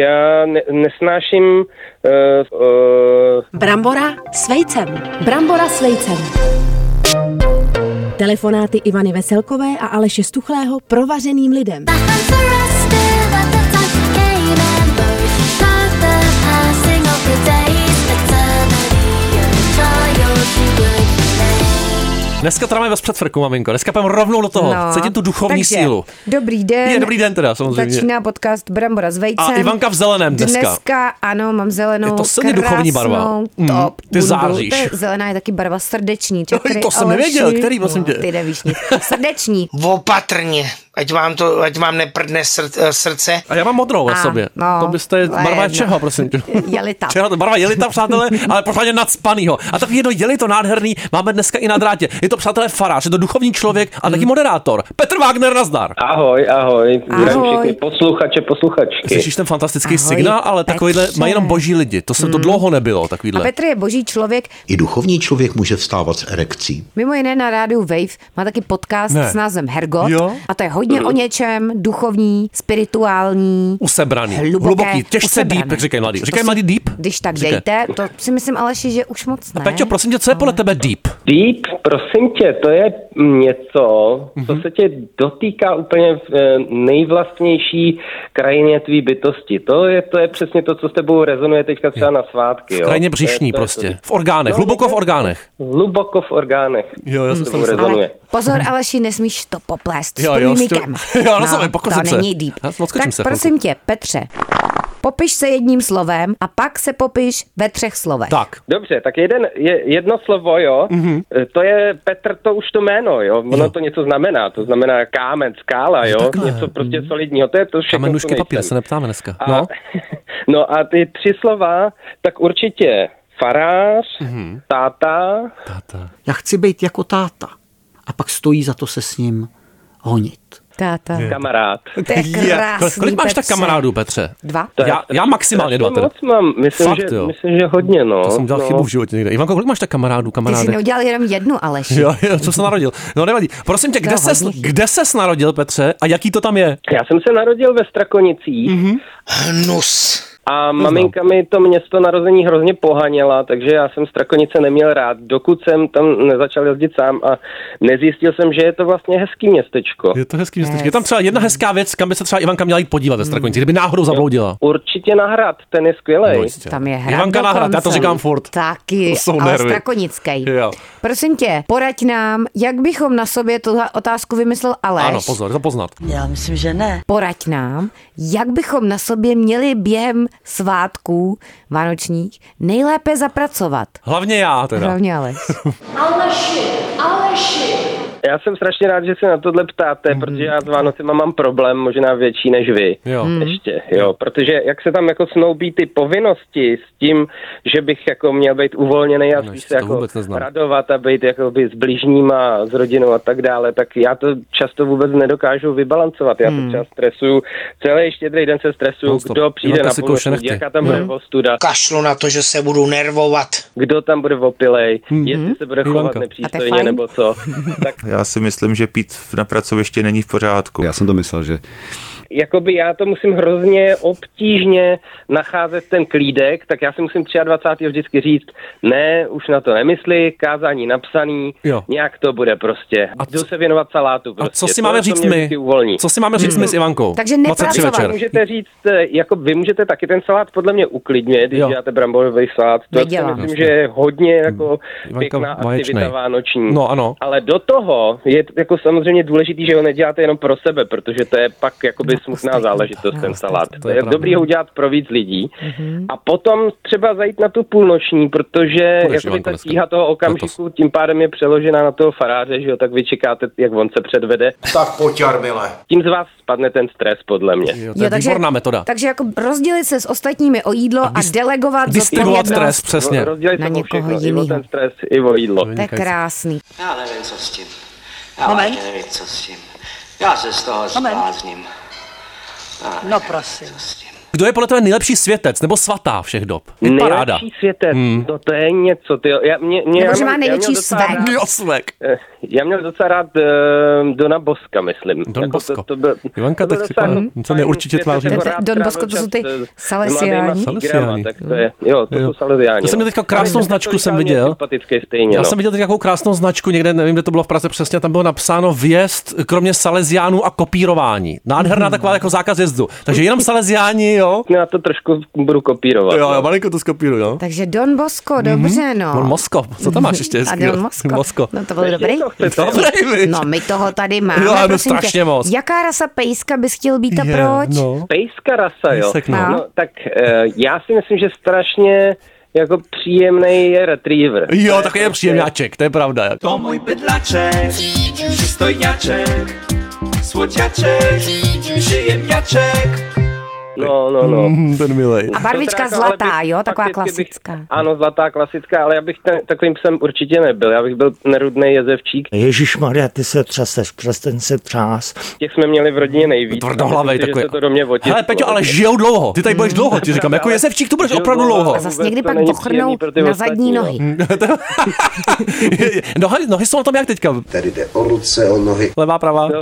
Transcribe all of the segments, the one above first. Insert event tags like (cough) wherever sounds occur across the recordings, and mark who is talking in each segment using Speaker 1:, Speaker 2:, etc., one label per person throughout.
Speaker 1: Já ne- nesnáším... Uh, uh,
Speaker 2: Brambora s vejcem.
Speaker 3: Brambora s vejcem.
Speaker 2: Telefonáty Ivany Veselkové a Aleše Stuchlého provařeným lidem.
Speaker 4: Dneska to dáme bez předfrku, maminko. Dneska půjdeme rovnou do toho. No, Cítím tu duchovní
Speaker 5: takže,
Speaker 4: sílu.
Speaker 5: Dobrý den.
Speaker 4: Je, (laughs) dobrý den teda, samozřejmě.
Speaker 5: Začíná podcast Brambora s vejcem.
Speaker 4: A Ivanka v zeleném dneska.
Speaker 5: Dneska, ano, mám zelenou.
Speaker 4: Je to silně duchovní barva.
Speaker 5: krásnou
Speaker 4: Mm,
Speaker 5: Top.
Speaker 4: ty
Speaker 5: bundu.
Speaker 4: záříš.
Speaker 5: To je- Zelená je taky
Speaker 4: (laughs)
Speaker 5: barva srdeční. Těch,
Speaker 4: Oj, to jsem nevěděl, který, prosím tě.
Speaker 5: no, Ty nevíš nic.
Speaker 4: (laughs)
Speaker 5: Srdeční.
Speaker 6: Opatrně, ať vám, to, ať vám neprdne sr- eh, srdce.
Speaker 4: A já mám modrou na
Speaker 5: A,
Speaker 4: sobě.
Speaker 5: no,
Speaker 4: to byste je
Speaker 5: to je
Speaker 4: barva
Speaker 5: jedno.
Speaker 4: čeho, prosím
Speaker 5: (laughs)
Speaker 4: tě.
Speaker 5: Jelita.
Speaker 4: Čeho, to barva jelita, přátelé, ale pořádně nadspanýho. A tak jedno jelito nádherný máme dneska i na drátě. Je to, přátelé, farář, je to duchovní člověk a
Speaker 5: Mm.
Speaker 4: taky moderátor. Petr Wagner, nazdar.
Speaker 1: ahoj, ahoj. Zdravím
Speaker 5: Ahoj.
Speaker 1: všechny posluchače, posluchačky.
Speaker 4: Slyšíš ten fantastický
Speaker 5: Ahoj,
Speaker 4: signál, ale takovýhle
Speaker 5: Petře. Mm.
Speaker 4: mají jenom boží lidi. To se to dlouho nebylo,
Speaker 5: A
Speaker 4: takovýhle.
Speaker 5: Petr je boží člověk,
Speaker 7: I duchovní člověk může vstávat s erekcí.
Speaker 5: mimo jiné na rádiu Wave, má taky podcast
Speaker 4: Ne.
Speaker 5: s názvem Hergot.
Speaker 4: Jo.
Speaker 5: A to je hodně o něčem, duchovní, spirituální.
Speaker 4: Usebraný,
Speaker 5: hluboké,
Speaker 4: hluboký, těžce
Speaker 5: usebrané.
Speaker 4: deep, říkají mladí.
Speaker 5: To
Speaker 4: Říkají
Speaker 5: si-
Speaker 4: mladí deep?
Speaker 5: Když tak
Speaker 4: Říkají.
Speaker 5: dejte, to si myslím, Aleši, že už moc ne. No.
Speaker 4: Peťo, prosím tě, co je podle tebe deep?
Speaker 1: Deep, prosím tě, to je něco,
Speaker 4: Mhm.
Speaker 1: co se tě dotýká úplně v eh, nejvlastnější krajině tvý bytosti. To je, to je přesně to, co s tebou rezonuje teďka třeba na svátky. Jo?
Speaker 4: Krajně
Speaker 1: To je-
Speaker 4: břišní
Speaker 1: to je-
Speaker 4: prostě. V orgánech,
Speaker 1: No,
Speaker 4: hluboko v
Speaker 1: někde-
Speaker 4: orgánech.
Speaker 1: Hluboko v orgánech.
Speaker 4: Jo, já jsem
Speaker 1: S
Speaker 4: si
Speaker 1: tebou
Speaker 4: myslel-
Speaker 1: rezonuje.
Speaker 5: Ale pozor, Aleši, nesmíš to poplést
Speaker 4: Jo,
Speaker 5: jo,
Speaker 4: jo,
Speaker 5: jo,
Speaker 4: s
Speaker 5: s
Speaker 4: tím-
Speaker 5: průmikem.
Speaker 4: (laughs) Jo, no, sorry, pokusím
Speaker 5: to
Speaker 4: se.
Speaker 5: není deep.
Speaker 4: Já odskočím
Speaker 5: tak
Speaker 4: se chvilku.
Speaker 5: prosím tě, Petře, popiš se jedním slovem a pak se popiš ve třech slovech.
Speaker 4: Tak.
Speaker 1: Dobře, tak jeden, je, jedno slovo, jo, mm-hmm. to je Petr, to už to jméno, jo, ono
Speaker 4: Mhm. Jo.
Speaker 1: jo. to něco znamená, to znamená kámen, skála, jo,
Speaker 4: takhle.
Speaker 1: něco prostě solidního, to je to všechno,
Speaker 4: Kamen, nůžky,
Speaker 1: co
Speaker 4: papír,
Speaker 1: nejsem.
Speaker 4: se neptáme dneska.
Speaker 1: A,
Speaker 4: No,
Speaker 1: (laughs) no a ty tři slova, tak určitě farář,
Speaker 4: Mhm.
Speaker 1: mm-hmm. táta,
Speaker 4: táta.
Speaker 8: Já chci být jako táta. A pak stojí za to se s ním honit.
Speaker 5: Táta.
Speaker 1: kamarád.
Speaker 5: To je krásný,
Speaker 4: Kolik máš tak
Speaker 5: Petře.
Speaker 4: kamarádů, Petře?
Speaker 5: Dva.
Speaker 1: To je-
Speaker 4: Já, já maximálně dva
Speaker 1: To
Speaker 4: teda.
Speaker 1: moc mám, myslím,
Speaker 4: Fakt,
Speaker 1: že,
Speaker 4: jo.
Speaker 1: myslím, že hodně, no.
Speaker 4: To jsem udělal
Speaker 1: no.
Speaker 4: chybu v životě někde. Ivanko, kolik máš tak kamarádů,
Speaker 5: Ty jsi
Speaker 4: kamarádek?
Speaker 5: neudělal jenom jednu, Aleši.
Speaker 4: Jo, jo, co se narodil? No nevadí. Prosím tě,
Speaker 5: To je
Speaker 4: kde ses,
Speaker 5: hodně chyb.
Speaker 4: kde ses narodil, Petře? A jaký to tam je?
Speaker 1: Já jsem se narodil ve Strakonicích
Speaker 4: Mhm.
Speaker 1: mm-hmm.
Speaker 6: Hnus.
Speaker 1: a maminka mi to město narození hrozně pohaněla, takže já jsem Strakonice neměl rád, dokud jsem tam nezačal jezdit sám a nezjistil jsem, že je to vlastně hezký městečko.
Speaker 4: Je to hezký městečko. Je tam třeba jedna hezká věc, kam by se třeba Ivanka měla jít podívat ve Strakonici, kdyby náhodou zabloudila.
Speaker 1: Určitě na hrad, ten je skvělej.
Speaker 4: No, jistě.
Speaker 5: Tam je hrad
Speaker 4: Ivanka na hrad, já to
Speaker 5: dokonce.
Speaker 4: říkám furt.
Speaker 5: Taky,
Speaker 4: To jsou
Speaker 5: ale
Speaker 4: nervy.
Speaker 5: strakonický.
Speaker 4: Jo.
Speaker 5: Prosím tě, poraď nám, jak bychom na sobě tuhle otázku vymyslel Aleš.
Speaker 4: Ano, pozor, to poznat.
Speaker 9: Já myslím, že ne.
Speaker 5: Poraď nám, jak bychom na sobě měli během svátků vánočních nejlépe zapracovat.
Speaker 4: Hlavně já teda.
Speaker 5: Hlavně
Speaker 4: (laughs)
Speaker 5: Aleš.
Speaker 1: Já jsem strašně rád, že se na tohle ptáte, mm. protože já s Vánocema mám problém, možná větší než vy.
Speaker 4: Jo.
Speaker 5: Hmm.
Speaker 1: Mm. Ještě, jo, protože jak se tam jako snoubí ty povinnosti s tím, že bych jako měl být uvolněný a spíš
Speaker 4: No, ještě
Speaker 1: se
Speaker 4: to
Speaker 1: jako
Speaker 4: vůbec neznám.
Speaker 1: radovat a být jako by s blížníma, s rodinou a tak dále, tak já to často vůbec nedokážu vybalancovat. Já to třeba stresuju, celý štědrý den se stresuju,
Speaker 4: Hmm. Nonstop.
Speaker 1: kdo přijde
Speaker 4: Ivanka
Speaker 1: na
Speaker 4: si No.
Speaker 1: půl,
Speaker 4: kouše nechty.
Speaker 1: jaká tam bude ostuda,
Speaker 6: Kašlu na to, že se budu nervovat.
Speaker 1: kdo tam bude opilej, jestli se bude chovat
Speaker 4: Mhm. Ivanka.
Speaker 1: nepřístojně
Speaker 5: fajn.
Speaker 1: nebo co. Tak
Speaker 10: Já si myslím, že pít na pracovišti není v pořádku.
Speaker 7: Já jsem to myslel, že
Speaker 1: jakoby já to musím hrozně obtížně nacházet ten klídek, tak já si musím 23. vždycky říct, ne, už na to nemysli, kázání napsaný,
Speaker 4: Jo.
Speaker 1: nějak to bude prostě. A Jdu se věnovat salátu
Speaker 4: A
Speaker 1: prostě.
Speaker 4: co si
Speaker 1: To
Speaker 4: máme
Speaker 1: je,
Speaker 4: říct
Speaker 1: mě
Speaker 4: my?
Speaker 1: vždycky Uvolní.
Speaker 4: Co si máme říct my s Ivankou?
Speaker 5: Hmm. Takže
Speaker 4: 23
Speaker 5: nepracovat.
Speaker 4: večer.
Speaker 1: Můžete říct, eh, jako vy můžete taky ten salát podle mě uklidnit, když
Speaker 4: Jo.
Speaker 1: děláte bramborový salát. To si
Speaker 5: Nedělám.
Speaker 1: myslím, že je hodně jako
Speaker 4: Ivanka
Speaker 1: pěkná
Speaker 4: Hmm. vaječnej.
Speaker 1: aktivita vánoční.
Speaker 4: No, ano.
Speaker 1: Ale do toho je t- jako samozřejmě důležitý, že ho neděláte jenom pro sebe, protože to je pak
Speaker 4: No,
Speaker 1: jakoby smutná záležitost ten salát.
Speaker 4: to
Speaker 1: To
Speaker 4: je
Speaker 1: je
Speaker 4: pravda. Mhm.
Speaker 1: dobrý ho udělat pro víc lidí. A potom třeba zajít na tu půlnoční, protože
Speaker 4: Budeš,
Speaker 1: jakoby
Speaker 4: Ivanko,
Speaker 1: ta
Speaker 4: dneska.
Speaker 1: stíha toho okamžiku tím pádem je přeložena na toho faráře, že jo, tak vy čekáte, jak on se předvede.
Speaker 6: Tak pojď, Jarmile.
Speaker 1: Tím z vás spadne ten stres, podle mě.
Speaker 4: Jo, to je výborná metoda.
Speaker 5: Takže jako rozdělit se s ostatními o jídlo a,
Speaker 4: dist-
Speaker 5: delegovat
Speaker 4: Distribuovat
Speaker 5: zodpovědnost.
Speaker 4: stres, přesně.
Speaker 1: Rozdělit
Speaker 5: Na
Speaker 1: to o
Speaker 5: někoho
Speaker 1: všechno, i o
Speaker 5: jinýho.
Speaker 1: ten stres, i o jídlo.
Speaker 5: To je krásný.
Speaker 11: Já nevím, co s tím. Já
Speaker 9: Moment.
Speaker 11: vážně nevím, co s tím. Já se z toho
Speaker 9: Moment.
Speaker 11: zblázním. Já
Speaker 9: No
Speaker 11: nevím,
Speaker 9: prosím.
Speaker 11: Co s tím.
Speaker 4: Kdo je podle tebe nejlepší světec nebo svatá všech dob? Je paráda.
Speaker 1: Nejlepší světec,
Speaker 4: Hmm.
Speaker 1: no to je něco, ty Já, mě, mě,
Speaker 5: Nebo
Speaker 1: já
Speaker 5: že
Speaker 1: měl-
Speaker 5: má
Speaker 1: já
Speaker 5: největší
Speaker 1: měl docela
Speaker 5: svek.
Speaker 1: rád-
Speaker 4: Jo, svek.
Speaker 1: Eh, Já měl docela rád uh, Dona Boska, myslím. Jako
Speaker 4: Don Bosco.
Speaker 1: To, to byl,
Speaker 4: Ivanka,
Speaker 1: to byl
Speaker 4: tak si
Speaker 1: docela
Speaker 4: koná-
Speaker 1: fajn
Speaker 4: co neurčitě
Speaker 1: svět,
Speaker 4: tváří.
Speaker 1: jako
Speaker 5: Don-
Speaker 1: rád
Speaker 5: Don
Speaker 1: trávil
Speaker 5: Bosco, to jsou
Speaker 1: čas
Speaker 5: ty
Speaker 1: s- s mladýma
Speaker 5: Salesiáni.
Speaker 1: tigrama, Tak to
Speaker 4: Salesiáni.
Speaker 1: je, jo, to
Speaker 4: Jo.
Speaker 1: jsou salesiáni.
Speaker 4: Já jsem
Speaker 1: no.
Speaker 4: měl teďka krásnou
Speaker 1: Ale
Speaker 4: značku,
Speaker 1: to
Speaker 4: jsem
Speaker 1: je
Speaker 4: viděl.
Speaker 1: Sympatické stejně,
Speaker 4: Já
Speaker 1: no.
Speaker 4: jsem viděl teď jakou krásnou značku někde, nevím, kde to bylo v Praze přesně, tam bylo napsáno vjezd kromě saleziánů a kopírování. Nádherná taková jako zákaz jezdu. Takže jenom saleziáni, jo?
Speaker 1: Já to trošku budu kopírovat.
Speaker 4: Jo, jo,
Speaker 1: no.
Speaker 4: malinko to skopíruju, jo?
Speaker 5: Takže Don Bosco, dobře, no.
Speaker 4: Mhm. Don Mosko, co tam máš ještě
Speaker 5: (laughs) A
Speaker 4: hezkýho?
Speaker 5: Don Mosko.
Speaker 4: Mosko.
Speaker 5: No to byl dobrý.
Speaker 1: To chcete, jo.
Speaker 4: Dobrý, viď?
Speaker 5: No my toho tady máme,
Speaker 4: Jo, ano,
Speaker 5: prosím
Speaker 4: strašně
Speaker 5: tě.
Speaker 4: moc.
Speaker 5: Jaká rasa pejska bys chtěl být a
Speaker 4: Je,
Speaker 5: proč?
Speaker 4: No.
Speaker 1: Pejska rasa, jo.
Speaker 4: Pejsek, no.
Speaker 5: No.
Speaker 1: no tak eh, já si myslím, že strašně jako příjemný je retriever.
Speaker 4: Jo, tak je příjemňáček, to je pravda.
Speaker 3: To můj bydlaček, přistojňáček, svodňáček, žijemňáček.
Speaker 1: No, no, no.
Speaker 4: Mm, Ten milej.
Speaker 5: A barvička
Speaker 1: Jsou teda, ale
Speaker 5: zlatá,
Speaker 1: bych-
Speaker 5: jo, taková
Speaker 1: fakticky bych-
Speaker 5: klasická.
Speaker 1: Ano, zlatá klasická, ale já bych ten, takovým psem určitě nebyl. Já bych byl nerudný jezevčík.
Speaker 9: Ježíš Maria, ty se třeseš, přestaň se třás.
Speaker 1: Těch jsme měli v rodině nejvíc.
Speaker 4: Tvrdohlavej
Speaker 1: Myslím si, že
Speaker 4: takový. jako-
Speaker 1: se to do mě otisklo.
Speaker 4: Hele, Peťo, ale žijou dlouho. Ty tady budeš dlouho,
Speaker 1: (laughs)
Speaker 4: ti říkám. Jako jezevčík, tu budeš
Speaker 1: Žijou
Speaker 4: opravdu
Speaker 1: dlouho.
Speaker 4: dlouho.
Speaker 5: A zase
Speaker 1: Vůbec
Speaker 5: někdy
Speaker 1: to
Speaker 5: pak
Speaker 1: není
Speaker 5: bochrnou
Speaker 1: příjemný pro ty
Speaker 5: na
Speaker 1: ostatní,
Speaker 5: zadní
Speaker 1: no.
Speaker 5: nohy.
Speaker 4: Mhm. (laughs) nohy, No, nohy jsou na tom jak teďka.
Speaker 11: Tady jde o ruce, o nohy.
Speaker 4: Levá, pravá.
Speaker 1: (laughs)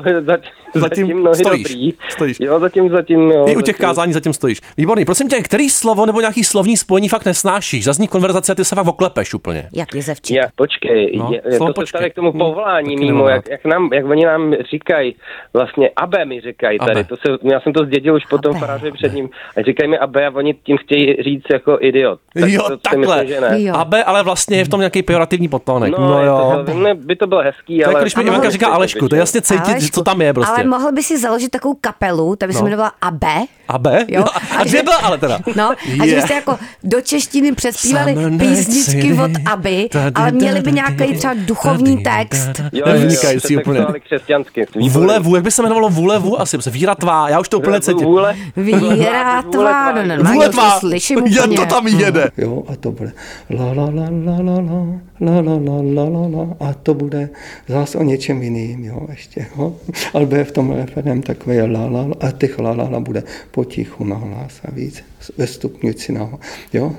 Speaker 1: No, zatím, zatím
Speaker 4: Zatím
Speaker 1: nohy
Speaker 4: stojíš.
Speaker 1: dobrý.
Speaker 4: Stojíš.
Speaker 1: Jo, zatím, zatím, jo.
Speaker 4: I u těch
Speaker 1: zatím.
Speaker 4: kázání zatím stojíš. Výborný. Prosím tě, který slovo nebo nějaký slovní spojení fakt nesnášíš? Zazní konverzace a ty se fakt oklepeš úplně.
Speaker 5: Jak Jezevčík.
Speaker 1: Já, počkej,
Speaker 4: No,
Speaker 1: no, je, to
Speaker 4: slovo počkej.
Speaker 1: počkej. se stane k tomu
Speaker 4: Hm,
Speaker 1: povolání
Speaker 4: taky
Speaker 1: mimo,
Speaker 4: nemám
Speaker 1: jak,
Speaker 4: rád.
Speaker 1: jak, nám, jak oni nám říkají, vlastně Abe mi říkají
Speaker 4: Abe.
Speaker 1: tady, To se, já jsem to zdědil už potom
Speaker 5: Abe.
Speaker 1: faráři před ním, a říkají mi Abe a oni tím chtějí říct jako idiot. Tak
Speaker 4: jo,
Speaker 1: to si
Speaker 4: takhle.
Speaker 1: Myslím, že ne.
Speaker 5: Jo.
Speaker 4: Abe, ale vlastně je v tom nějaký pejorativní potonek.
Speaker 1: No, no
Speaker 4: jo.
Speaker 1: jo. To, ne, by to bylo hezký,
Speaker 4: To je, jako,
Speaker 1: ale...
Speaker 4: když mi
Speaker 5: Ale
Speaker 4: Ivanka
Speaker 5: mohl
Speaker 4: říká Alešku, to je jasně cítit, že co tam je prostě.
Speaker 5: Ale mohl by si založit takovou kapelu, ta by se
Speaker 4: No.
Speaker 5: jmenovala AB.
Speaker 4: (laughs) Abe?
Speaker 5: Jo.
Speaker 4: A dvě byla ale teda.
Speaker 5: No, a že
Speaker 4: Je.
Speaker 5: byste jako do češtiny přespívali
Speaker 4: Summer night
Speaker 5: písničky
Speaker 4: city.
Speaker 5: od Aby,
Speaker 4: Tady,
Speaker 5: ale měli by
Speaker 4: tady, tady,
Speaker 5: nějaký třeba
Speaker 4: tady,
Speaker 5: duchovní
Speaker 4: tady,
Speaker 5: text.
Speaker 4: tady.
Speaker 1: Jo,
Speaker 4: To je
Speaker 1: jo, jo,
Speaker 4: vynikající úplně.
Speaker 1: sexuální křesťansky. výborný.
Speaker 4: Vůle, vů, jak by se jmenovalo vůle, vů, asi se víra tvá, já už to úplně cítím.
Speaker 1: Vůle.
Speaker 5: Víra tvá, no normálně
Speaker 4: Vůle
Speaker 5: už to
Speaker 4: tvá,
Speaker 5: slyším
Speaker 4: je
Speaker 5: úplně.
Speaker 4: to tam jede.
Speaker 9: Jo, a to bude la la la la la la la la la la la la a to bude zás o něčem jiným, jo, ještě, jo. Ale bude v tom referém takové la la la a těch la la la bude potichu na hlas a víc ve stupňující nahoru, jo.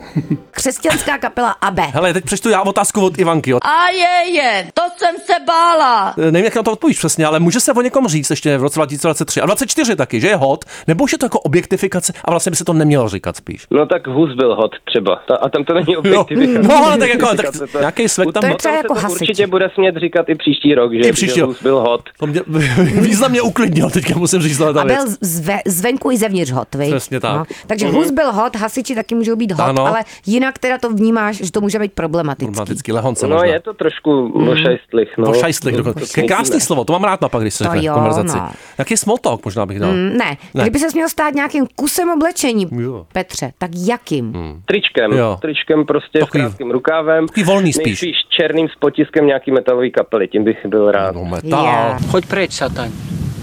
Speaker 5: Křesťanská kapela AB.
Speaker 4: Hele, teď přečtu já otázku od Ivanky. Jo. E,
Speaker 3: A je, je, to jsem se bála.
Speaker 4: Nevím, jak na to odpovíš přesně, ale může se o někom říct ještě v roce 2023 a 2024 taky, že je hot, nebo už je to jako objektifikace a vlastně by se to nemělo říkat spíš.
Speaker 1: No tak Hus byl hot třeba. Ta, a tam to není objektivita.
Speaker 4: No, ale tak jako, tak nějaký svek tam
Speaker 5: To
Speaker 1: O
Speaker 5: je
Speaker 1: tom
Speaker 5: třeba
Speaker 1: se to
Speaker 5: jako hasiči.
Speaker 1: Určitě bude smět říkat i příští rok, že,
Speaker 4: I příští
Speaker 1: že
Speaker 4: rok.
Speaker 1: Hus byl hot.
Speaker 4: To mě (laughs) významně uklidnil, teďka musím říct, ale ta
Speaker 5: A
Speaker 4: věc.
Speaker 5: byl zve, zvenku i zevnitř hot, viď? No.
Speaker 4: Přesně tak. Mhm.
Speaker 5: Takže hus byl hot, hasiči taky můžou být hot,
Speaker 4: Ano.
Speaker 5: ale jinak teda to vnímáš, že to může být problematický.
Speaker 4: Problematický lehonce
Speaker 1: No
Speaker 4: možná.
Speaker 1: je to trošku ošajstlich. No.
Speaker 4: Pošajstlik dokonce.
Speaker 1: To-
Speaker 4: Krásný slovo, to mám rád napak, když se
Speaker 5: To
Speaker 4: řekne v
Speaker 5: jo,
Speaker 4: konverzaci.
Speaker 5: no.
Speaker 4: Jaký smoltok možná bych dal.
Speaker 5: Mm, Ne.
Speaker 4: Ne.
Speaker 5: ne, kdyby se měl stát nějakým kusem oblečení,
Speaker 4: Jo. Hmm.
Speaker 5: Petře, tak jakým?
Speaker 1: Tričkem,
Speaker 4: Jo.
Speaker 1: tričkem prostě
Speaker 4: Takový-
Speaker 1: s krátkým rukávem.
Speaker 4: takový volný spíš.
Speaker 1: Nejspíš černým s potiskem nějaký metalový kapely, tím bych byl rád.
Speaker 4: No, metal.
Speaker 5: Já.
Speaker 3: Choď preč, satan.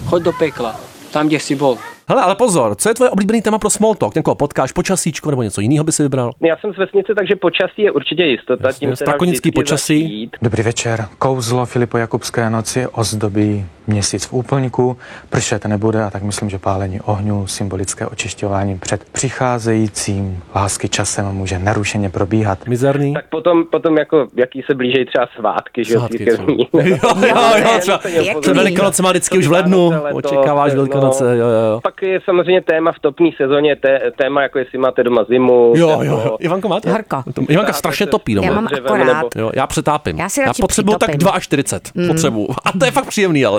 Speaker 3: Choď do pekla. Tam, kde jsi bol.
Speaker 4: Hele, ale pozor, co je tvoje oblíbený téma pro small talk? Někoho potkáš, počasíčko nebo něco jiného by si vybral?
Speaker 1: Já jsem z vesnice, takže počasí je určitě jistota.
Speaker 4: Jasně,
Speaker 1: tím se dá
Speaker 4: strakonický
Speaker 1: vždycky
Speaker 4: počasí.
Speaker 1: začít.
Speaker 3: Dobrý večer. Kouzlo Filipo Jakubské noci ozdobí měsíc v úplňku. Pršet nebude a tak myslím, že pálení ohňů, symbolické očišťování před přicházejícím lásky časem může narušeně probíhat.
Speaker 4: Mizerný?
Speaker 1: Tak potom, potom jako, jaký se blížejí třeba svátky, že jo,
Speaker 4: Svátky,
Speaker 1: církevní. (laughs)
Speaker 4: co? (laughs) Jo, jo, jo, třeba
Speaker 1: Pěkný.
Speaker 4: před Velikonoce má vždycky už v lednu,
Speaker 1: Vánoce, letos,
Speaker 4: očekáváš
Speaker 1: no.
Speaker 4: Velikonoce, jo, jo.
Speaker 1: Pak je samozřejmě téma v topní sezóně, té, téma jako jestli máte doma zimu.
Speaker 4: Jo,
Speaker 1: nebo-
Speaker 4: jo, jo. Ivanko, máte?
Speaker 5: Horko.
Speaker 4: To- Ivanka strašně topí
Speaker 5: Já
Speaker 4: doma.
Speaker 5: mám
Speaker 1: dřevem
Speaker 5: akorát.
Speaker 1: nebo-
Speaker 4: Jo, já přetápím.
Speaker 5: Já si
Speaker 4: já
Speaker 5: radši Hmm.
Speaker 4: potřebuju tak
Speaker 5: přitopím.
Speaker 4: 42. Potřebuju. A to je fakt příjemný, ale.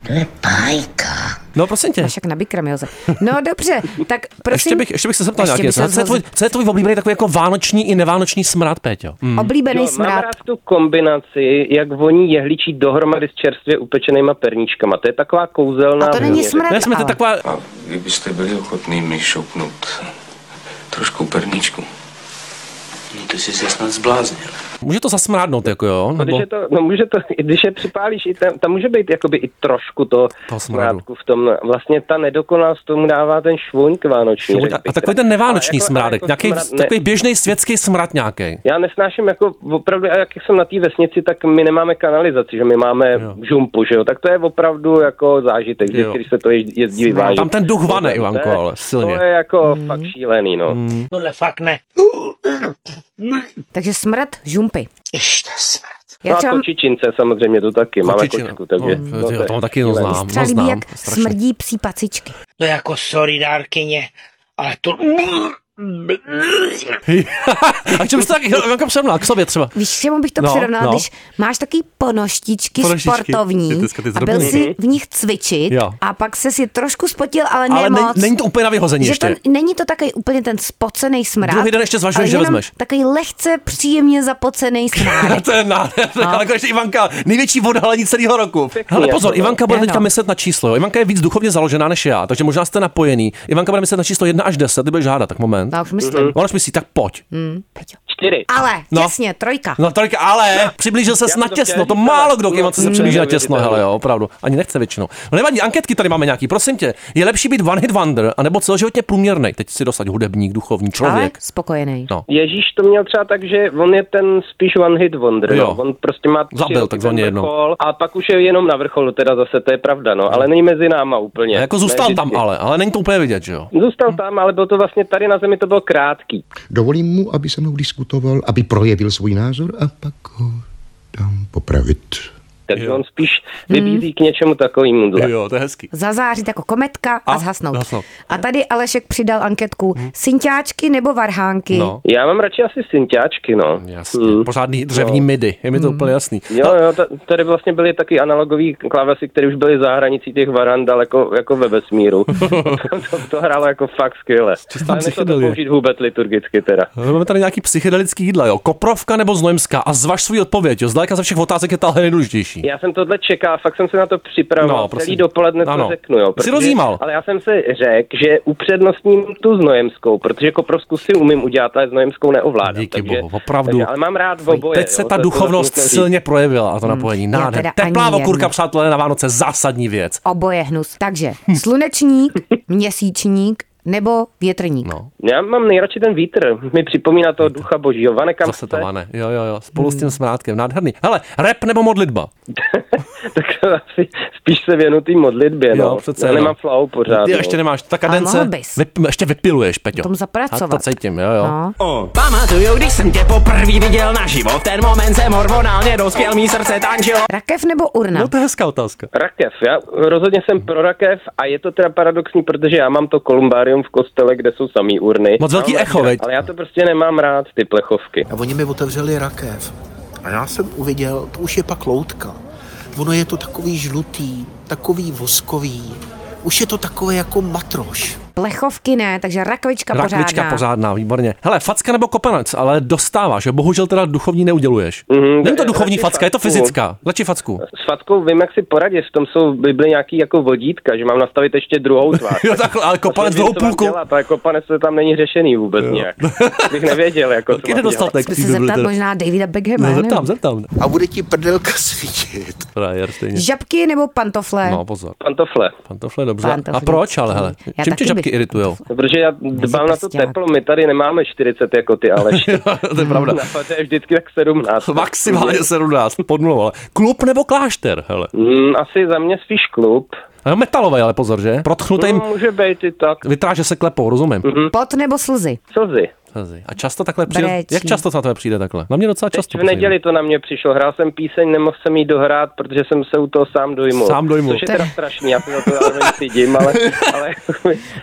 Speaker 4: No, prosím tě.
Speaker 5: Však na Bikram, Jose. No dobře, tak
Speaker 4: (laughs)
Speaker 5: prosím.
Speaker 4: Ještě bych, ještě bych se zeptal
Speaker 5: Ještě
Speaker 4: nějaký.
Speaker 5: bych se
Speaker 4: Co je, tvůj, co je tvůj oblíbený takový jako vánoční i nevánoční smrad, Péťo?
Speaker 5: Hmm.
Speaker 4: Mm.
Speaker 5: Oblíbený
Speaker 1: Jo, No, mám
Speaker 5: smrad.
Speaker 1: rád tu kombinaci, jak voní jehličí dohromady s čerstvě upečenýma perníčkama. To je taková kouzelná...
Speaker 5: A to není
Speaker 1: věc.
Speaker 5: smrad,
Speaker 4: Ne, jsme to
Speaker 5: ale.
Speaker 4: taková...
Speaker 11: A kdybyste byli ochotný mi šoupnout trošku perničku? No ty jsi se snad zbláznil.
Speaker 4: Může to zasmrádnout, jako jo?
Speaker 1: No, když je to, no může to, když je připálíš, i tam, tam může být jakoby i trošku to
Speaker 4: Toho smradu.
Speaker 1: smrádku v tom. Vlastně ta nedokonalost tomu dává ten švuňk vánoční.
Speaker 4: Švuňk
Speaker 1: řekl
Speaker 4: A
Speaker 1: bych
Speaker 4: takový
Speaker 1: teda.
Speaker 4: ten nevánoční
Speaker 1: Ale jako-
Speaker 4: smrádek,
Speaker 1: ale
Speaker 4: nějaký,
Speaker 1: smrad- ne-
Speaker 4: takový běžný světský smrad nějaký.
Speaker 1: Já nesnáším jako opravdu, a jak jsem na té vesnici, tak my nemáme kanalizaci, že my máme jo. žumpu, že jo, tak to je opravdu jako zážitek, že,
Speaker 4: Jo.
Speaker 1: když se to jež- jezdí vyvážet.
Speaker 4: Tam ten duch vane,
Speaker 1: To je-
Speaker 4: Ivanko, ale silně. Hmm.
Speaker 1: To je jako
Speaker 5: Hmm.
Speaker 1: mm. fakt šílený, no. Mm.
Speaker 6: Tohle fakt ne.
Speaker 5: Takže smrt žumpy.
Speaker 6: Ještě smrt.
Speaker 5: Já
Speaker 1: no a
Speaker 5: třeba
Speaker 1: kočičince samozřejmě to taky, máme
Speaker 4: Kočičina.
Speaker 1: kočku, takže.
Speaker 4: No, to- to taky no
Speaker 1: šílený.
Speaker 4: znám.
Speaker 5: třeba líbí, jak smrdí psí pacičky.
Speaker 6: To je jako sorry dárkyně, ale to...
Speaker 4: (laughs) A čem jste tak, Ivanko, přemnal? jako K sobě třeba.
Speaker 5: Víš, k čemu bych to
Speaker 4: No,
Speaker 5: no, přirovnala,
Speaker 4: no.
Speaker 5: no. když máš taky ponoštičky,
Speaker 4: Ponoštičky. Ty
Speaker 5: sportovní
Speaker 4: dneska ty
Speaker 5: a byl
Speaker 4: zrovna-
Speaker 5: si v nich cvičit
Speaker 4: Jo.
Speaker 5: a pak se si trošku spotil, ale ne
Speaker 4: Ale ne-
Speaker 5: moc.
Speaker 4: není to úplně na vyhození
Speaker 5: že
Speaker 4: ještě.
Speaker 5: To, není to takový úplně ten spocený smrad.
Speaker 4: Druhý den ještě zvažuješ,
Speaker 5: ale
Speaker 4: že
Speaker 5: jenom
Speaker 4: vezmeš.
Speaker 5: Takový lehce, příjemně zapocený
Speaker 4: (laughs) (laughs)
Speaker 5: smrad.
Speaker 4: to je nádherné. Ale konečně Ivanka, největší odhalení celého roku. Ale pozor,
Speaker 1: jako,
Speaker 4: Ivanka bude
Speaker 5: ano.
Speaker 4: teďka myslet na číslo. Jo. Ivanka je víc duchovně založená než já, takže možná jste napojený. Ivanka bude myslet na číslo 1 až 10, ty budeš žádat, tak moment.
Speaker 5: No, už myslím.
Speaker 4: Ona už myslí, tak pojď.
Speaker 1: Čtyři.
Speaker 5: Ale,
Speaker 4: Mhm. No.
Speaker 5: no. jasně, trojka.
Speaker 4: No tolik, ale přiblížil se
Speaker 1: Já
Speaker 4: na
Speaker 1: jsem to chtěl
Speaker 4: těsno. To
Speaker 1: říct,
Speaker 4: málo
Speaker 1: ale-
Speaker 4: kdo k
Speaker 1: no,
Speaker 4: Ivance se
Speaker 1: mm.
Speaker 4: přiblíží na
Speaker 1: neuvěřitelný.
Speaker 4: těsno, hele jo, opravdu. Ani nechce většinou. No nevadí, anketky tady máme nějaký. Prosím tě, je lepší být one hit wonder, anebo celoživotně průměrný. Teď si dosaď hudebník, duchovní
Speaker 5: Ale
Speaker 4: člověk.
Speaker 5: spokojený.
Speaker 4: No.
Speaker 1: Ježíš to měl třeba tak, že on je ten spíš one hit wonder,
Speaker 4: Jo.
Speaker 1: jo. on prostě má tři
Speaker 4: Zabil
Speaker 1: roky
Speaker 4: takzvaně
Speaker 1: ten
Speaker 4: jednou.
Speaker 1: vrchol a pak už je jenom na vrcholu, teda zase to je pravda, no, ale není mezi náma úplně.
Speaker 4: A jako zůstal
Speaker 1: Ne,
Speaker 4: tam
Speaker 1: vždycky.
Speaker 4: ale, ale není to úplně vidět, že jo.
Speaker 1: Zůstal tam, ale bylo to vlastně tady na zemi, to bylo krátký.
Speaker 12: Dovolím mu, aby se mnou diskutoval, aby projevil svůj názor a pak ho dám popravit.
Speaker 1: Takže on spíš
Speaker 5: Hmm.
Speaker 1: vybízí k něčemu takovému. dle.
Speaker 4: Jo, to je hezký.
Speaker 5: Zazářit jako kometka a,
Speaker 4: A?
Speaker 5: a zhasnout.
Speaker 4: Zhasnout. Mhm.
Speaker 5: A tady Alešek přidal anketku. Hmm. Synťáčky nebo varhánky?
Speaker 4: No.
Speaker 1: Já mám radši asi synťáčky, no.
Speaker 4: Jasně. Pořádný dřevní midy, je mi to úplně jasný.
Speaker 1: Mm. Jo, jo, ta- tady vlastně byly taky analogový klávesy, které už byly za hranicí těch varan daleko jako ve
Speaker 4: (laughs)
Speaker 1: vesmíru. to, to, hrálo jako fakt skvěle. Ale nešlo to
Speaker 4: psychedelie.
Speaker 1: použít vůbec liturgicky teda.
Speaker 4: No, Máme tady nějaký psychedelický jídla, jo. Koprovka nebo znojemská? A zvaž svůj odpověď, jo. Zdaleka ze všech otázek je tahle nejdůležitější.
Speaker 1: Já jsem tohle čekal, fakt jsem se na to připravoval.
Speaker 4: No,
Speaker 1: No,
Speaker 4: prosím.
Speaker 1: Celý dopoledne
Speaker 4: Ano.
Speaker 1: to řeknu, jo.
Speaker 4: Jsi rozjímal.
Speaker 1: Ale já jsem se řekl, že upřednostním tu znojemskou, protože koprovsku si umím udělat, ale znojemskou neovládám.
Speaker 4: Díky
Speaker 1: takže,
Speaker 4: bohu, opravdu.
Speaker 1: Takže, ale mám rád oboje.
Speaker 4: Teď se
Speaker 1: jo,
Speaker 4: ta
Speaker 1: to- to
Speaker 4: duchovnost
Speaker 1: nutno říct.
Speaker 4: silně projevila a to napojení.
Speaker 5: já
Speaker 4: Nádher.
Speaker 5: Hmm. teda
Speaker 4: Teplá
Speaker 5: ani
Speaker 4: okurka,
Speaker 5: jednu.
Speaker 4: přátelé, na Vánoce zásadní věc.
Speaker 5: Oboje hnus. Takže
Speaker 4: Hm.
Speaker 5: slunečník, (laughs) měsíčník nebo větrník.
Speaker 4: No,
Speaker 1: Já mám nejradši ten vítr, mi připomíná toho ducha božího. Vane, kam
Speaker 4: zase to
Speaker 1: jste?
Speaker 4: vane. Jo, jo, jo, spolu
Speaker 5: Hmm.
Speaker 4: s tím smrátkem. Nádherný. Hele, rap nebo modlitba?
Speaker 1: tak to asi spíš se věnu té modlitbě, no.
Speaker 4: jo, přece.
Speaker 1: já
Speaker 4: jo.
Speaker 1: nemám flow pořád.
Speaker 4: Ty
Speaker 1: no.
Speaker 4: ještě nemáš, ta
Speaker 5: mohl
Speaker 4: kadence.
Speaker 5: bys.
Speaker 4: Vyp, ještě vypiluješ, Peťo.
Speaker 5: Tom
Speaker 4: A
Speaker 5: zapracovat.
Speaker 4: to cítím, jo, jo.
Speaker 5: No.
Speaker 13: Pamatuju, když jsem tě poprvé viděl naživo, v ten moment jsem hormonálně dospěl, mý srdce tančilo.
Speaker 5: Rakev nebo urna?
Speaker 4: No to je hezká otázka.
Speaker 1: Rakev, já rozhodně jsem pro rakev a je to teda paradoxní, protože já mám to kolumbárium v kostele, kde jsou samý urny.
Speaker 4: Moc velký
Speaker 1: Mám
Speaker 4: echo,
Speaker 1: rakev,
Speaker 4: veď?
Speaker 1: Ale já to prostě nemám rád, ty plechovky.
Speaker 14: A oni mi otevřeli rakev. A já jsem uviděl, to už je pak loutka. Ono je to takový žlutý, takový voskový. Už je to takové jako matroš.
Speaker 5: Plechovky ne, takže rakvička,
Speaker 4: Rakvička
Speaker 5: pořádná.
Speaker 4: pořádná, výborně. Hele, facka nebo kopanec, ale dostáváš, že bohužel teda duchovní neuděluješ. Mm, Není to
Speaker 1: ne,
Speaker 4: duchovní
Speaker 1: radši
Speaker 4: facka, je to
Speaker 1: Mhm, facku.
Speaker 4: fyzická.
Speaker 1: (laughs)
Speaker 4: Radši facku.
Speaker 1: S fatkou vím, jak si poradit, v tom jsou v Bibli nějaký jako vodítka, že mám nastavit ještě
Speaker 4: (laughs)
Speaker 1: druhou tvář.
Speaker 4: Jo, takhle, ale kopanec
Speaker 1: Vlastně vím,
Speaker 4: dlouhou
Speaker 1: co mám
Speaker 4: půlku.
Speaker 1: Dělat, ale kopanec to tam není řešený vůbec nějak. Bych nevěděl,
Speaker 4: (laughs)
Speaker 1: jako co
Speaker 4: je
Speaker 1: mám dělat.
Speaker 4: nedostatek.
Speaker 5: Musíme se zeptat možná Davida Beckhama.
Speaker 4: No,
Speaker 5: nevím.
Speaker 4: zeptám, zeptám.
Speaker 14: A bude ti prdelka svítit.
Speaker 4: Frajer, stejně.
Speaker 5: Žabky nebo pantofle?
Speaker 4: No, pozor.
Speaker 1: Pantofle.
Speaker 4: Pantofle, dobře.
Speaker 5: Pantofle.
Speaker 4: A proč, ale hele? Čím
Speaker 5: Já
Speaker 4: tě
Speaker 5: taky
Speaker 4: žabky
Speaker 5: bych-
Speaker 4: iritujou?
Speaker 1: Protože já dbám na to
Speaker 5: prostě, ale-
Speaker 1: teplo, my tady nemáme 40 jako ty, Aleš.
Speaker 4: (laughs) to je pravda.
Speaker 1: Na fatě No, je vždycky tak 17.
Speaker 4: Maximálně 17, pod nulou, ale klub nebo klášter, hele.
Speaker 1: Mm, asi za mě spíš klub.
Speaker 4: Ale Metalový, ale pozor, že? Protchnutý
Speaker 5: Mm.
Speaker 1: No, může být i tak.
Speaker 4: vytráže se klepou, rozumím.
Speaker 1: Hm.
Speaker 5: Pot nebo slzy?
Speaker 1: Slzy.
Speaker 4: Hazy. A často takhle přijde,
Speaker 5: Brečí.
Speaker 4: jak často to na tebe přijde takhle? Na mě docela často.
Speaker 1: Teď v neděli to na mě přišlo. Hrál jsem píseň, nemohl jsem jí dohrát, protože jsem se u toho sám dojmul.
Speaker 4: Sám dojmul.
Speaker 1: Což je teda strašný, já se za to zároveň cítím,
Speaker 4: (laughs)
Speaker 1: ale, ale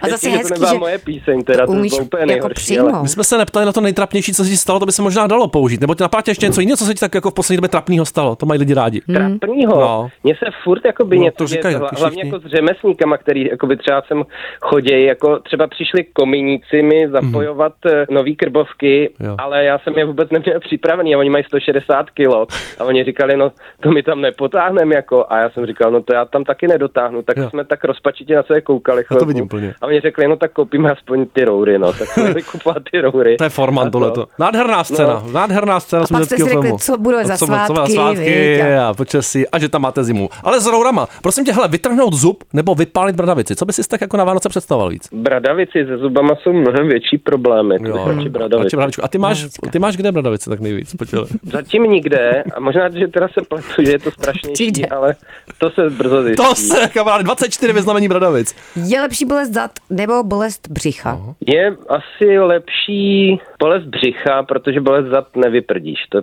Speaker 5: A zase
Speaker 1: hezký,
Speaker 5: je
Speaker 1: že to
Speaker 5: hezký,
Speaker 1: nebyla
Speaker 5: že
Speaker 1: moje píseň, teda to
Speaker 5: umíš
Speaker 1: bylo úplně
Speaker 5: jako
Speaker 1: nejhorší.
Speaker 5: přijmout.
Speaker 1: Ale...
Speaker 4: My jsme se neptali na to nejtrapnější, co se ti stalo, to by se možná dalo použít. Nebo tě napadá ještě něco jiného, co se ti tak jako v poslední době trapného stalo. To mají lidi rádi.
Speaker 1: Trapnýho.
Speaker 4: No.
Speaker 1: Mně se furt jako by
Speaker 4: No,
Speaker 1: něco
Speaker 4: to říkají
Speaker 1: děje,
Speaker 4: taky
Speaker 1: hla- hlavně
Speaker 4: všichni.
Speaker 1: jako s
Speaker 4: Mhm.
Speaker 1: řemeslníkama, který jako by třeba sem chodějí, jako třeba přišli kominíci mi zapojovat eh, nový krbovky, jo. ale já jsem je vůbec neměl připravený a oni mají 160 kg. A oni říkali, no to my tam nepotáhneme jako. A já jsem říkal, no to já tam taky nedotáhnu. Tak jo. jsme tak rozpačitě na sebe koukali.
Speaker 4: Já No, to
Speaker 1: chvilku.
Speaker 4: vidím plně.
Speaker 1: A oni řekli, no tak koupíme aspoň ty roury, no. Tak
Speaker 4: (laughs)
Speaker 1: jsme jeli kupovat ty roury.
Speaker 4: To je Forman tohleto. Nádherná scéna, no. nádherná scéna
Speaker 5: pak jste si
Speaker 4: smuteckého
Speaker 5: řekli,
Speaker 4: filmu.
Speaker 5: co bude
Speaker 4: A
Speaker 5: za
Speaker 4: bude- co bude
Speaker 5: svátky, viď,
Speaker 4: svátky a počasí a že tam máte zimu. Ale s rourama, prosím tě, hele, vytrhnout zub nebo vypálit bradavici, co bys si tak jako na Vánoce představoval víc?
Speaker 1: Bradavici se zubama jsou mnohem větší problémy. Jo, radši bradavici.
Speaker 4: Radši bradavičku. A ty máš, ty máš kde bradavice tak nejvíc?
Speaker 1: (laughs)
Speaker 4: Pojď, hele.
Speaker 1: Zatím nikde, a možná, že teda se pletu, že je to strašnější, ale to se brzo zjistí.
Speaker 4: to se, kamarád, 24 vyznamení bradavic.
Speaker 5: Je lepší bolest zad nebo bolest břicha?
Speaker 4: No.
Speaker 1: Je asi lepší bolest břicha, protože bolest zad nevyprdíš. To...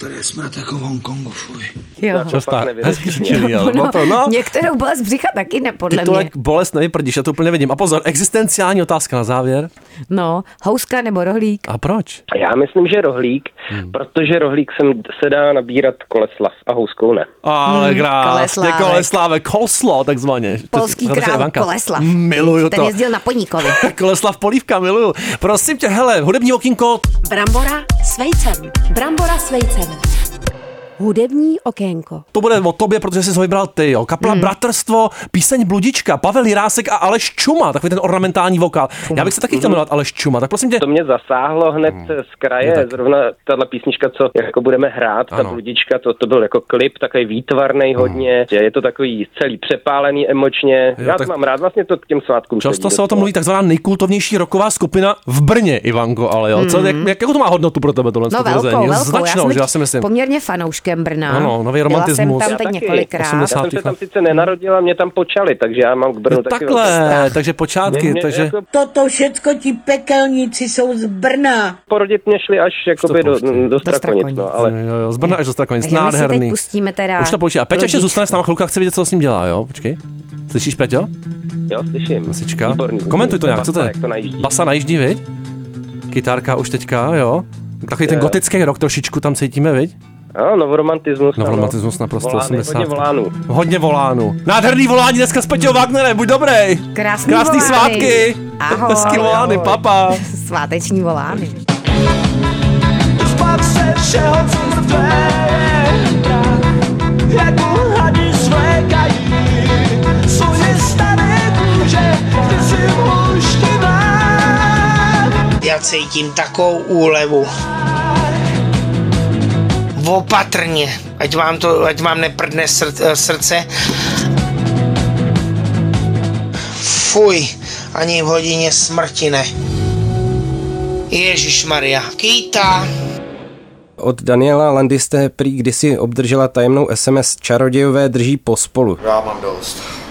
Speaker 15: Tady jsme jako v Hongkongu, fuj.
Speaker 5: Jo.
Speaker 1: No,
Speaker 4: Častá, hezky řečený, ale
Speaker 5: No,
Speaker 4: bylo to, no.
Speaker 5: Některou bolest břicha taky ne,
Speaker 4: Ty
Speaker 5: podle
Speaker 4: to
Speaker 5: mě.
Speaker 4: jak bolest nevyprdíš, já to úplně vidím. A pozor, existenciální otázka na závěr.
Speaker 5: No, houska nebo rohlík?
Speaker 4: A proč?
Speaker 1: Já myslím, že rohlík, hmm. protože rohlík sem se dá nabírat koleslav a houskou ne.
Speaker 4: Ale krásně,
Speaker 5: Hmm, koleslávek.
Speaker 4: kolesláve, kolslo takzvaně.
Speaker 5: Polský
Speaker 4: To- to- to- to-
Speaker 5: král
Speaker 4: Ivanka. Mm,
Speaker 5: Koleslav.
Speaker 4: Miluju
Speaker 5: Ten
Speaker 4: to.
Speaker 5: jezdil na Poníkovi. (laughs)
Speaker 4: Koleslav Polívka, miluju. Prosím tě, hele, hudební okýnko,
Speaker 2: Brambora s vejcem. Brambora s vejcem. Hudební okénko.
Speaker 4: to bude o tobě, protože jsi ho vybral ty, jo. Kapla hmm. Bratrstvo, píseň Bludička, Pavel Jirásek a Aleš Čuma, takový ten ornamentální vokál. Já bych se taky chtěl jmenovat Aleš Čuma, tak prosím tě.
Speaker 1: To mě zasáhlo hned
Speaker 4: Hmm.
Speaker 1: z kraje, zrovna tahle písnička, co jako budeme hrát, ta
Speaker 4: No Ano. Hmm.
Speaker 1: bludička, to, to byl jako klip, takový výtvarný hodně, že je to takový celý přepálený emočně,
Speaker 4: Jo,
Speaker 1: já to
Speaker 4: tak-
Speaker 1: mám rád, vlastně to k těm svátkům
Speaker 4: Často
Speaker 1: sedí
Speaker 4: se o tom mluví takzvaná nejkultovnější roková skupina v Brně, Ivanko, ale jo. Co,
Speaker 5: Mhm.
Speaker 4: jak, jak, jakou to má hodnotu pro tebe tohle
Speaker 5: No
Speaker 4: tvrzení?
Speaker 5: velkou, velkou.
Speaker 4: Značnou,
Speaker 5: já,
Speaker 4: že
Speaker 5: jsem
Speaker 4: já si myslím.
Speaker 5: poměrně fanouškem Brna.
Speaker 4: Ano, nový
Speaker 5: Byla
Speaker 4: romantismus.
Speaker 5: jsem tam teď
Speaker 1: taky.
Speaker 5: několikrát.
Speaker 1: Já jsem se tam sice nenarodil a mě tam počali, takže já mám k Brnu taky velký
Speaker 4: No, Takhle,
Speaker 1: strach.
Speaker 4: takže počátky,
Speaker 1: Mě- mě
Speaker 4: takže...
Speaker 1: jako-
Speaker 16: Toto všecko ti pekelníci jsou z Brna.
Speaker 1: Porodit mě šli až jakoby
Speaker 4: prostě-
Speaker 1: do, do Strakonic, no, ale...
Speaker 4: Jo, jo, z Brna až do Strakonic,
Speaker 5: Takže my si teď
Speaker 4: nádherný.
Speaker 5: pustíme teda
Speaker 4: Už to pouští. A Peťa ještě
Speaker 5: Rodičku.
Speaker 4: zůstane s náma chvilka, chci vidět, co s ním dělá, jo? Počkej. Slyšíš, Peťo?
Speaker 1: Jo, slyším.
Speaker 4: Masička. Mm. Komentuj to nějak, co to je?
Speaker 1: Jak to najíždí.
Speaker 4: Basa najíždí, viď? Kytárka už teďka, jo? Takový ten
Speaker 1: Jo.
Speaker 4: gotický rock trošičku tam cítíme, viď?
Speaker 1: Jo, novoromantismus. ano.
Speaker 4: Novoromantismus naprosto
Speaker 1: No, Volány,
Speaker 4: 80.
Speaker 1: Hodně volánů.
Speaker 4: Hodně volánů. Nádherný volání dneska s Peťou Wagnerem, buď dobrý.
Speaker 5: Krásný,
Speaker 4: Krásný
Speaker 5: volány.
Speaker 4: svátky.
Speaker 5: Ahoj.
Speaker 4: Hezký volány, papa.
Speaker 5: Sváteční volány.
Speaker 15: Zbav se všeho, co zvé, jako hady svlékají svoje staré kůže, ty si mužky
Speaker 6: Já cítím takovou úlevu. Opatrně, ať vám, to, ať vám neprdne srd- eh, srdce. Fuj, ani v hodině smrti ne. Ježíš Maria, kýta.
Speaker 17: Od Daniela Landy jste prý kdysi obdržela tajemnou SMS Čarodějové drží pospolu.
Speaker 18: Já mám dost.